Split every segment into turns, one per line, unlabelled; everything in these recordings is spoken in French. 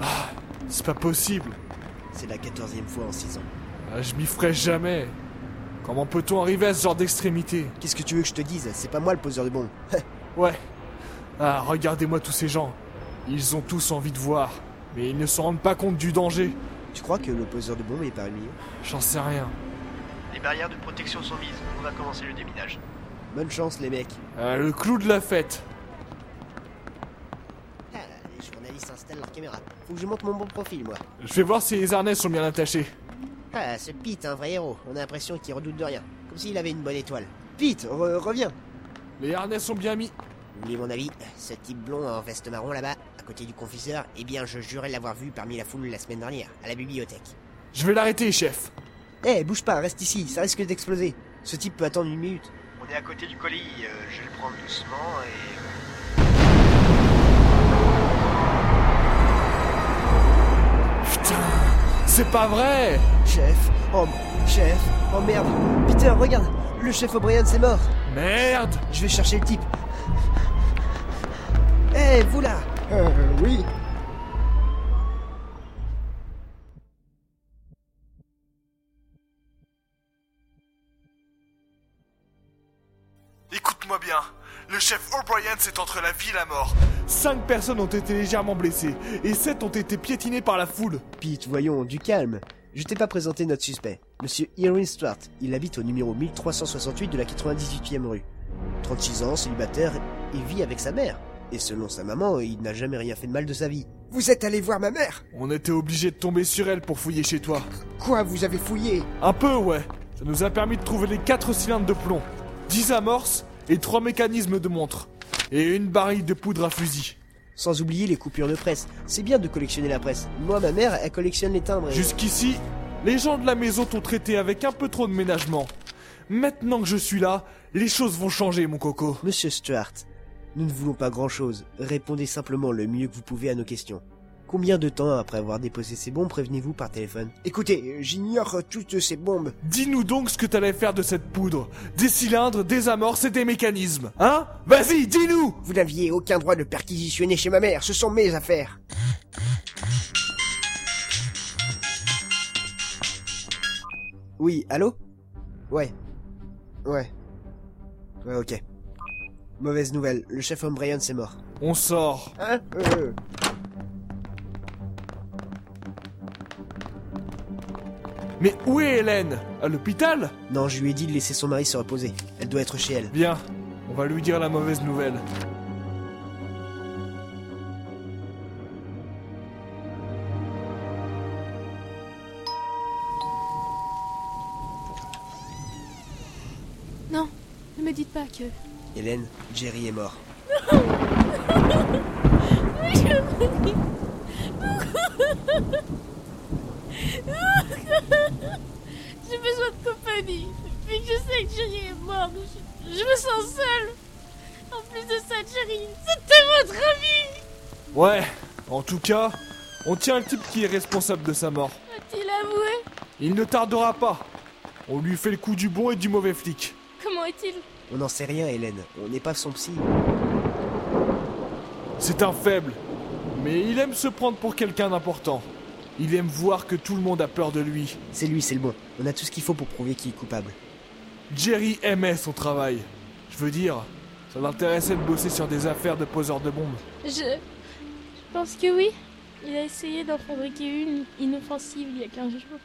Ah, c'est pas possible.
C'est la quatorzième fois en six ans.
Ah, je m'y ferai jamais. Comment peut-on arriver à ce genre d'extrémité
Qu'est-ce que tu veux que je te dise C'est pas moi le poseur de bombes.
Ouais. Ah, regardez-moi tous ces gens. Ils ont tous envie de voir, mais ils ne se rendent pas compte du danger.
tu crois que le poseur de bombes est parmi eux
J'en sais rien.
Les barrières de protection sont mises. On va commencer le déminage.
Bonne chance, les mecs.
Ah, le clou de la fête.
Ah, les journalistes installent leur caméra. Faut que je monte mon bon profil, moi.
Je vais voir si les harnais sont bien attachés.
Ah, ce Pete, un vrai héros. On a l'impression qu'il redoute de rien. Comme s'il avait une bonne étoile. Pete, re- reviens
Les harnais sont bien mis.
Oublie mon avis, ce type blond en veste marron là-bas, à côté du confiseur, eh bien je jurais l'avoir vu parmi la foule la semaine dernière, à la bibliothèque.
Je vais l'arrêter, chef.
Eh, bouge pas, reste ici, ça risque d'exploser. Ce type peut attendre une minute.
On est à côté du colis. euh, je vais le prendre doucement et. euh,
Putain, c'est pas vrai.
Chef, oh, mon- chef, oh merde. Peter, regarde, le chef O'Brien c'est mort.
Merde.
Je vais chercher le type. Eh, vous là Euh, oui.
Écoute-moi bien. Le chef O'Brien s'est entre la vie et la mort. Cinq personnes ont été légèrement blessées et sept ont été piétinées par la foule.
Pete, voyons, du calme. Je t'ai pas présenté notre suspect, monsieur Irwin Stewart. Il habite au numéro 1368 de la 98e rue. 36 ans, célibataire, et vit avec sa mère. Et selon sa maman, il n'a jamais rien fait de mal de sa vie.
Vous êtes allé voir ma mère
On était obligé de tomber sur elle pour fouiller chez toi.
Quoi, vous avez fouillé
Un peu, ouais. Ça nous a permis de trouver les quatre cylindres de plomb, 10 amorces et trois mécanismes de montre. Et une barille de poudre à fusil.
Sans oublier les coupures de presse. C'est bien de collectionner la presse. Moi, ma mère, elle collectionne les timbres et...
Jusqu'ici, les gens de la maison t'ont traité avec un peu trop de ménagement. Maintenant que je suis là, les choses vont changer, mon coco.
Monsieur Stuart, nous ne voulons pas grand-chose. Répondez simplement le mieux que vous pouvez à nos questions. Combien de temps après avoir déposé ces bombes prévenez-vous par téléphone
Écoutez, j'ignore toutes ces bombes.
Dis-nous donc ce que t'allais faire de cette poudre. Des cylindres, des amorces et des mécanismes. Hein Vas-y, dis-nous
Vous n'aviez aucun droit de perquisitionner chez ma mère, ce sont mes affaires.
Oui, allô Ouais,
Ouais.
ouais, ok. Mauvaise nouvelle, le chef O'Brien c'est mort.
On sort.
Hein Euh,
Mais où est Hélène À l'hôpital
Non, je lui ai dit de laisser son mari se reposer. Elle doit être chez elle.
Bien, on va lui dire la mauvaise nouvelle.
Non, ne me dites pas que.
Hélène, Jerry est mort.
J'ai besoin de compagnie. Depuis que je sais que Jerry est mort, je, je me sens seule. En plus de ça, Jerry, c'était votre ami.
Ouais, en tout cas, on tient le type qui est responsable de sa mort.
A-t-il avoué
Il ne tardera pas. On lui fait le coup du bon et du mauvais flic.
Comment est-il
On n'en sait rien, Hélène. On n'est pas son psy.
C'est un faible, mais il aime se prendre pour quelqu'un d'important. Il aime voir que tout le monde a peur de lui.
C'est lui, c'est le bon. On a tout ce qu'il faut pour prouver qu'il est coupable.
Jerry aimait son travail. Je veux dire, ça l'intéressait de bosser sur des affaires de poseurs de bombes.
Je. Je pense que oui. Il a essayé d'en fabriquer une inoffensive il y a 15 jours.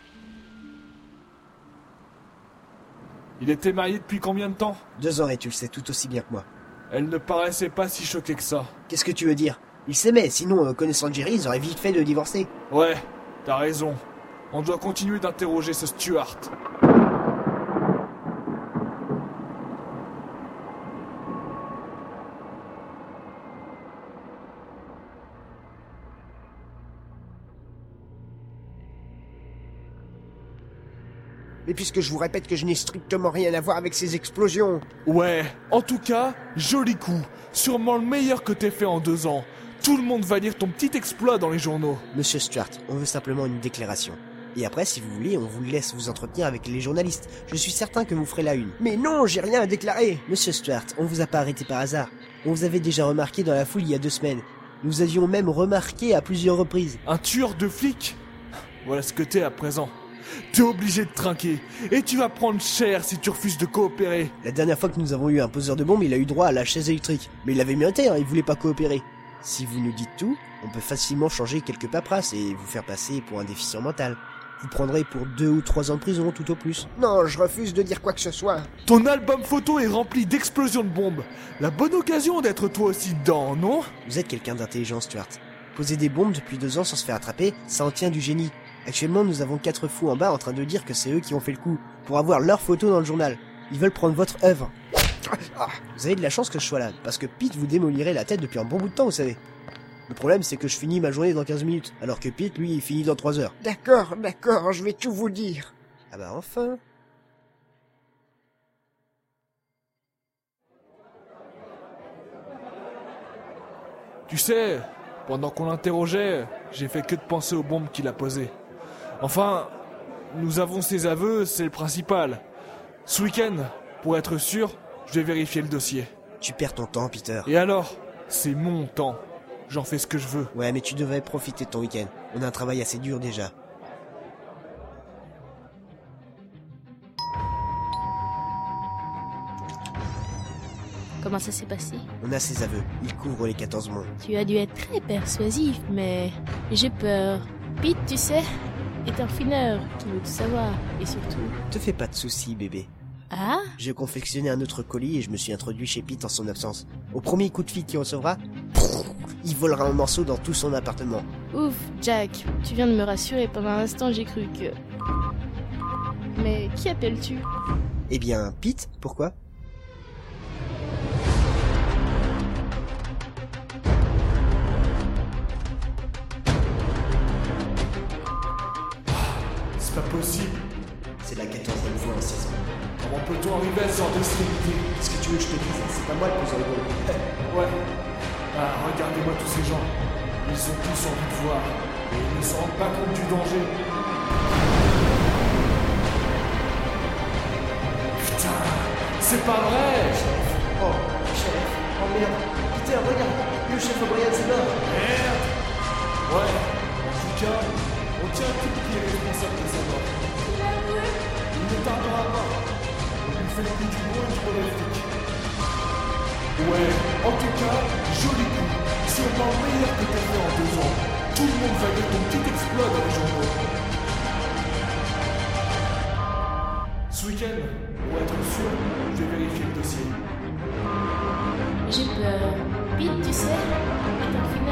Il était marié depuis combien de temps
Deux ans et tu le sais tout aussi bien que moi.
Elle ne paraissait pas si choquée que ça.
Qu'est-ce que tu veux dire Ils s'aimaient, sinon, euh, connaissant Jerry, ils auraient vite fait de divorcer.
Ouais, t'as raison. On doit continuer d'interroger ce Stuart.
mais puisque je vous répète que je n'ai strictement rien à voir avec ces explosions.
Ouais, en tout cas, joli coup. Sûrement le meilleur que t'aies fait en deux ans. Tout le monde va lire ton petit exploit dans les journaux.
Monsieur Stuart, on veut simplement une déclaration. Et après, si vous voulez, on vous laisse vous entretenir avec les journalistes. Je suis certain que vous ferez la une.
Mais non, j'ai rien à déclarer.
Monsieur Stuart, on vous a pas arrêté par hasard. On vous avait déjà remarqué dans la foule il y a deux semaines. Nous avions même remarqué à plusieurs reprises.
Un tueur de flics Voilà ce que t'es à présent. T'es obligé de trinquer, et tu vas prendre cher si tu refuses de coopérer.
La dernière fois que nous avons eu un poseur de bombes, il a eu droit à la chaise électrique. Mais il avait mérité, hein, il voulait pas coopérer. Si vous nous dites tout, on peut facilement changer quelques paperasses et vous faire passer pour un déficient mental. Vous prendrez pour deux ou trois ans de prison tout au plus.
Non, je refuse de dire quoi que ce soit.
Ton album photo est rempli d'explosions de bombes. La bonne occasion d'être toi aussi dedans, non
Vous êtes quelqu'un d'intelligent, Stuart. Poser des bombes depuis deux ans sans se faire attraper, ça en tient du génie. Actuellement, nous avons quatre fous en bas en train de dire que c'est eux qui ont fait le coup, pour avoir leur photo dans le journal. Ils veulent prendre votre œuvre. Ah, vous avez de la chance que je sois là, parce que Pete vous démolirait la tête depuis un bon bout de temps, vous savez. Le problème, c'est que je finis ma journée dans 15 minutes, alors que Pete, lui, il finit dans 3 heures.
D'accord, d'accord, je vais tout vous dire.
Ah bah enfin
Tu sais, pendant qu'on l'interrogeait, j'ai fait que de penser aux bombes qu'il a posées. Enfin, nous avons ses aveux, c'est le principal. Ce week-end, pour être sûr, je vais vérifier le dossier.
Tu perds ton temps, Peter.
Et alors, c'est mon temps. J'en fais ce que je veux.
Ouais, mais tu devrais profiter de ton week-end. On a un travail assez dur déjà.
Comment ça s'est passé
On a ses aveux. Il couvre les 14 mois.
Tu as dû être très persuasif, mais j'ai peur. Pete, tu sais, est un fouineur qui veut tout savoir, et surtout...
Te fais pas de soucis, bébé.
Ah
J'ai confectionné un autre colis et je me suis introduit chez Pete en son absence. Au premier coup de fil qu'il recevra, il volera un morceau dans tout son appartement.
Ouf, Jack, tu viens de me rassurer. Pendant un instant, j'ai cru que... Mais qui appelles-tu
Eh bien, Pete, pourquoi
C'est pas possible.
C'est la 14e fois en 6 ans.
Comment peut-on arriver à ce genre d'extrémité
Qu'est-ce que tu veux que je te dise C'est pas moi le poseur de bombes.
Eh, Ouais. Ah, regardez-moi tous ces gens. Ils ont tous envie de voir. Et ils ne se rendent pas compte du danger. Putain, c'est pas vrai
Oh, chef, oh merde. Peter, regarde, le chef O'Brien, c'est mort.
Merde Ouais, en tout cas, on tient à tout qui est responsable de sa mort. Il ne tardera pas. On lui hein. fait le coup du bon et du mauvais flic. Ouais, en tout cas, joli coup. C'est au moins meilleur que t'as fait en deux ans. Tout le monde va dire ton petit exploit dans les journaux. Ce week-end, pour être sûr, je vais vérifier le dossier.
J'ai peur. Pete, tu sais, est un fouineur